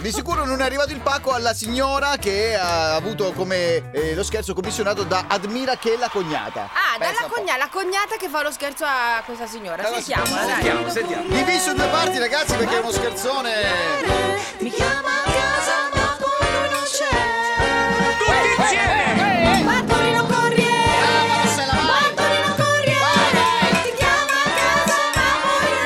Di sicuro non è arrivato il pacco alla signora che ha avuto come eh, lo scherzo commissionato da Admira che è la cognata. Ah, Pensa dalla un po'. cognata, la cognata che fa lo scherzo a questa signora. Allora, Sentiamola, dai. Sentiamo, sentiamo. Diviso in due parti ragazzi perché è uno scherzone. Mi chiama a casa ma poi non c'è Tutti insieme! Bartolino Corriere Brava, Rossella, vai! Bartolino Corriere Ti chiama a casa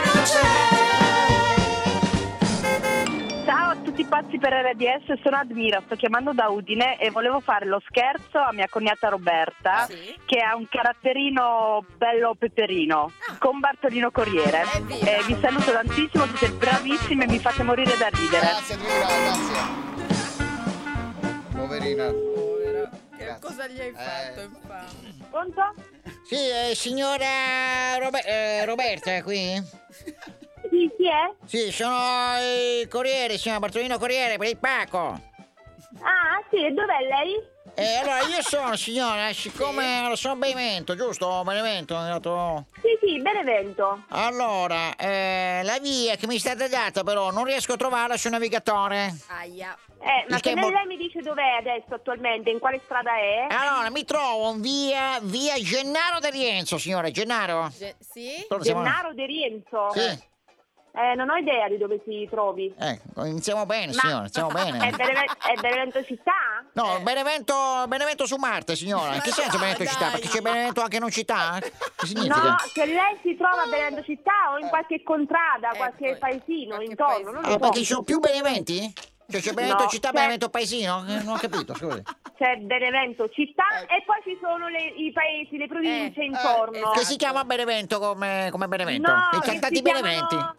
ma poi non c'è Ciao a tutti pazzi per RDS, sono Admira, sto chiamando da Udine e volevo fare lo scherzo a mia cognata Roberta, Ah, Sì. che ha un caratterino bello peperino, Ah. con Bartolino Corriere. Evviva! Eh, vi saluto tantissimo, siete bravissime e mi fate morire da ridere. Grazie Admira, grazie. Poverina. Povera. Che Grazie. cosa gli hai Eh. fatto, infame? Pronto? Sì, eh, signora Robe- eh, Roberta è qui? Sì, eh? chi è? Sì, sono il corriere, signor Bartolino Corriere per il pacco. Ah, sì, e dov'è lei? E Eh, allora io sono, signora, siccome lo sono Benevento, giusto? Benevento, è andato- Sì, sì, Benevento. Allora, eh, la via che mi è stata data però non riesco a trovarla sul navigatore. Aia. Eh, ma Il se tempo- lei mi dice dov'è adesso attualmente, in quale strada è? Allora, mi trovo in via, via Gennaro De Rienzo, signora, Gennaro. Ge- sì? Allora siamo- Gennaro De Rienzo? Sì, Eh, non ho idea di dove si trovi. ecco, iniziamo bene, signora, iniziamo È, bene. Beneve- è Benevento città? No, Benevento, Benevento su Marte, signora. In che senso Benevento città? Perché c'è Benevento anche non città? Che significa? No, se lei si trova a Benevento città o in qualche contrada, Eh, qualche poi, paesino qualche intorno, non Allora, lo perché ci so. sono più Beneventi? Cioè c'è Benevento No, città, c'è- Benevento paesino? Eh, Non ho capito, scusi. C'è Eh. Benevento città e poi ci sono le- i paesi, le province Eh, eh, intorno. Che esatto. si chiama Benevento come, come Benevento? No, I che cantati si Beneventi. chiamano-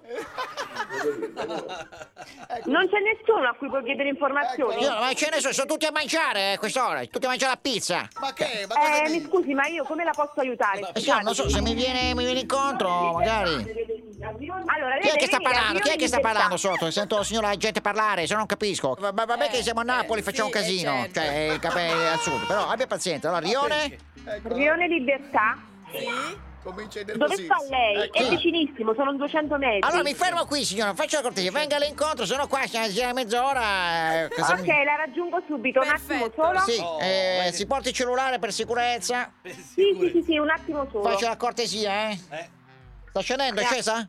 Non c'è nessuno a cui puoi chiedere Ecco, informazioni. Signora, ma ce ne sono, sono tutti a mangiare eh, a quest'ora, tutti a mangiare la pizza. Ma che? Ma cosa Eh, dici? mi scusi, ma io come la posso aiutare? Eh, signora, non so se mi viene, mi viene incontro, magari. Allora, lei Chi è deve che sta venire a parlando? Chi è che sta Rione di parlando Bertà. sotto? Sento signora la gente parlare, se no non capisco. Va- va- Vabbè che siamo a Napoli, eh, facciamo un sì, eh, casino, certo. cioè eh, cap- eh, al sud. Però abbia pazienza, allora Rione... Ecco, Rione Libertà? Sì? comincia a Dove innervosirsi. sta Eh, lei? Ecco. È vicinissimo, sono 200 metri. Allora mi fermo qui signora, faccia la cortesia, venga all'incontro, se no qua siamo a mezz'ora. eh, cosa Ok, mi- la raggiungo subito, un Perfetto. attimo solo. Sì, Oh, eh, vai che- si porti il cellulare per sicurezza. Sì, sì, sì, sì, un attimo solo. Faccia la cortesia, eh. Eh, Sta scendendo, è scesa?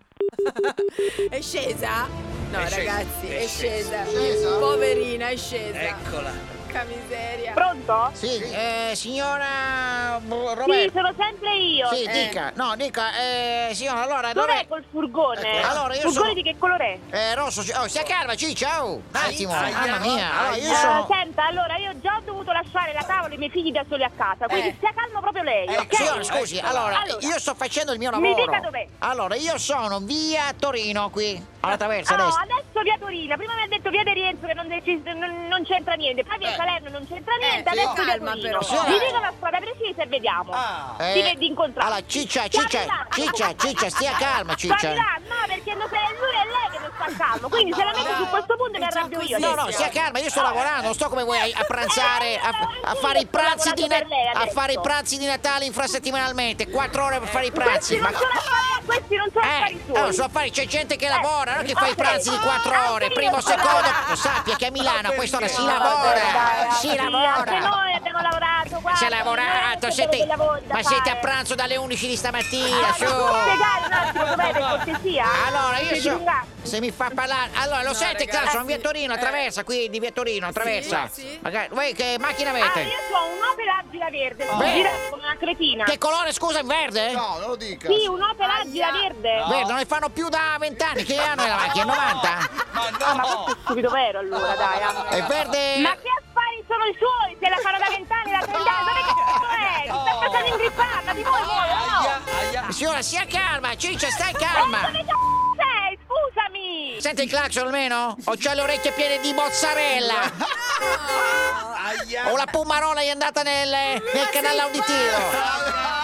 È scesa? No, È scesa, ragazzi, è Ecco. è scesa. Scesa? Poverina, è scesa. Eccola. Che miseria. Pronto? Sì, eh, signora boh, Sì, Roberta. sono sempre io. Sì, Eh. dica. No, dica, eh, signora, allora Dov'è dov'è? col furgone? Ecco. Allora, io furgone sono- di che colore è? Eh, rosso, ci- oh, stia calma, ciccia, oh. Ah, Un attimo, Aia, mamma mia. Allora, io aia. sono... Eh, senta, allora io già ho dovuto lasciare la tavola e i miei figli da soli a casa, quindi Eh. stia calmo proprio lei, ok? Signora, scusi, allora, Allora. io sto facendo il mio Mi lavoro. dica dov'è. Allora, io sono via Torino qui, alla traversa Oh, destra. adesso via Torino, prima mi ha detto via De Rienzo che non, deci- non- non c'entra niente, poi Eh. via Salerno non c'entra niente, sì, adesso via Eh, calma, Torino. però. Mi dica una strada precisa e vediamo. Ah. Ah, Ti vedi Eh? incontrato. Allora, ciccia, Sta ciccia, arrivando. ciccia, ciccia, stia calma, Sta ciccia. arrivando, no, perché non sei lui è lei che non sta calmo, quindi se la metto su questo punto mi È già arrabbio io. così, No, no, Sì, stia signora. calma, io sto lavorando, non sto come voi a, a Eh, pranzare, io a, lavoro a anch'io, fare i sto pranzi di lavorando per lei a fare i adesso. pranzi di Natale infrasettimanalmente, quattro ore per fare i Questi pranzi. non sono affari, questi non sono affari eh, suoi. allora, so affari, c'è gente che lavora, non che fa i ok. pranzi di quattro Eh, Ah, ore, sì, primo, lo so. secondo. Sappia che a Milano a quest'ora si lavora, si eh, Anche lavora. noi abbiamo lavorato, guarda. Si è lavorato, veramente siete, dei lavori da ma siete a fare. pranzo dalle 11 di stamattina, Ah, su. ma può spiegare un attimo com'è per cortesia? Allora, io Siete so, dilungati. se mi fa parlare. Allora, lo No, sente, ragazzi, Claudio? Sono via Torino, eh. attraversa qui di via Torino, attraversa. sì. Magari- voi che macchina Ah, avete? io ho un'opera agila verde, Beh. sono girata come una cretina. Che colore, scusa, in verde? No, non lo dica. Sì, un'opera agila verde. Verde, non ne fanno più da vent'anni. Che anno è la macchina? 90? Ma no! Ah, Ma questo è stupido vero allora, dai. ah. È verde. Ma che affari sono i suoi? Se la farò da vent'anni, da trent'anni, ma che cazzo è? Mi sta facendo ingripparla di voi, voi, o no? Aia, aia. Ah. Signora, sia calma, Ciccia, stai Ma calma. dove c***o sei? Scusami! Senti il clacson almeno? Ho già le orecchie piene di mozzarella. Aia. Ah, Ho la pomarola è andata nel, nel canale auditivo.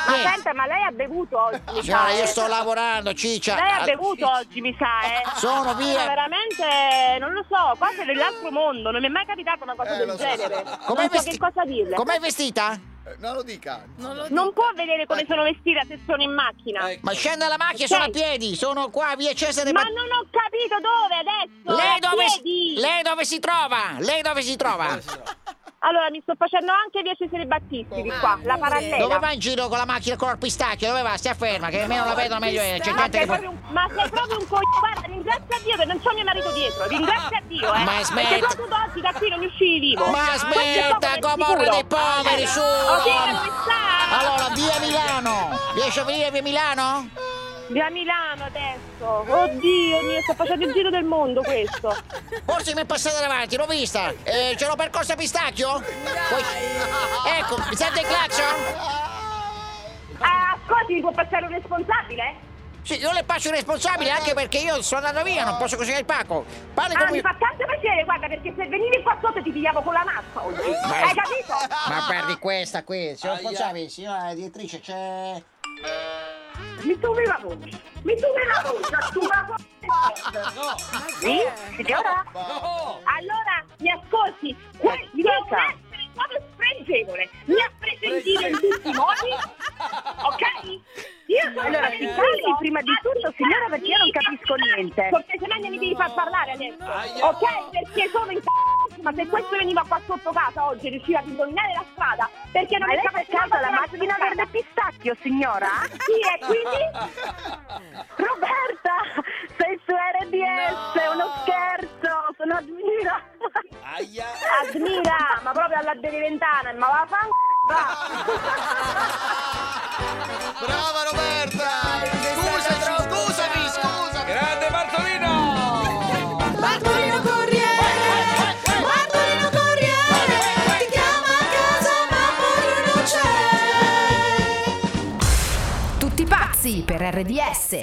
Ma Niente. senta, ma lei ha bevuto oggi, mi sa, Signora, eh? Cioè, io sto lavorando, Ciccia. Lei ha Ah, bevuto oggi, mi sa, eh? Sono via. Ma veramente, non lo so, quasi dell'altro mondo, non mi è mai capitata una cosa Eh, lo so. del genere. Com'è non so Ah, vesti- che cosa dirle. Com'è vestita? Eh, No, lo dica. Non lo Non dico. può vedere come Ecco. Eh. sono vestita se sono in macchina. Ecco. Ma scende la macchina, sono a Ok. piedi, sono qua via Cesare Ma Bat- non ho capito dove adesso! Lei a dove, piedi. Eh, lei dove si trova? Lei dove si trova? Allora, mi sto facendo anche via Cesare Battisti di Ma qua, scusi. la parallela. Dove va in giro con la macchina con il pistacchio? Dove va? Stia ferma, che almeno la vedono meglio. eh, C'è pistacchio, Ma gente che sei proprio un, ma sei proprio un coglione. Guarda, ringrazia Dio che non c'ho mio marito dietro. Ringrazia Dio, eh. Ma smetti. Perché proprio tu oggi da qui non uscivi vivo. Ma Questo è smetta, proprio comorra dei sicuro. poveri, Eh. su! Ok, dove sta? Allora, via Milano! Riesci a venire via Milano? Via Milano adesso. Oddio mio, sto facendo il giro del mondo questo. Forse mi è passata davanti, l'ho vista! Eh, ce l'ho percorsa a pistacchio? Dai. Ecco, mi sente il clacson? Ah, ascolti, mi può passare un responsabile? Sì, io le passo il responsabile anche perché io sono andando via, non posso consegnare il pacco. Parli Ah, con mi fa tanto piacere, guarda, perché se venivi qua sotto ti pigliavo con la mazza oggi. Hai capito? Ma perdi questa qui, signor responsabile, signora direttrice, c'è... Mi tuvi la voce, mi tuvi la voce, tu la voce. No, Sì? Cioè. Signora? no. Allora, mi ascolti, questo è un essere proprio spregevole, mi ha preso in giro in tutti i modi, ok? Io sono allora, mi parli prima di tutto, signora, perché io non capisco niente. Cortesemente mi devi far parlare adesso, Aia. ok? Perché sono in c***o, ma se questo veniva qua sotto casa oggi riusciva ad indovinare la strada, perché non è capace la macchina verde pistacchio, signora? Sì, e quindi? Roberta, sei su RDS, è uno scherzo, sono Admira. Aia. Admira, ma proprio alla Beneventana, ma va a fa Brava Roberta! Scusami, scusami, scusami! Grande Bartolino. Bartolino Corriere, Bartolino Corriere, ti chiama a casa ma poi lui non c'è. Tutti pazzi per RDS.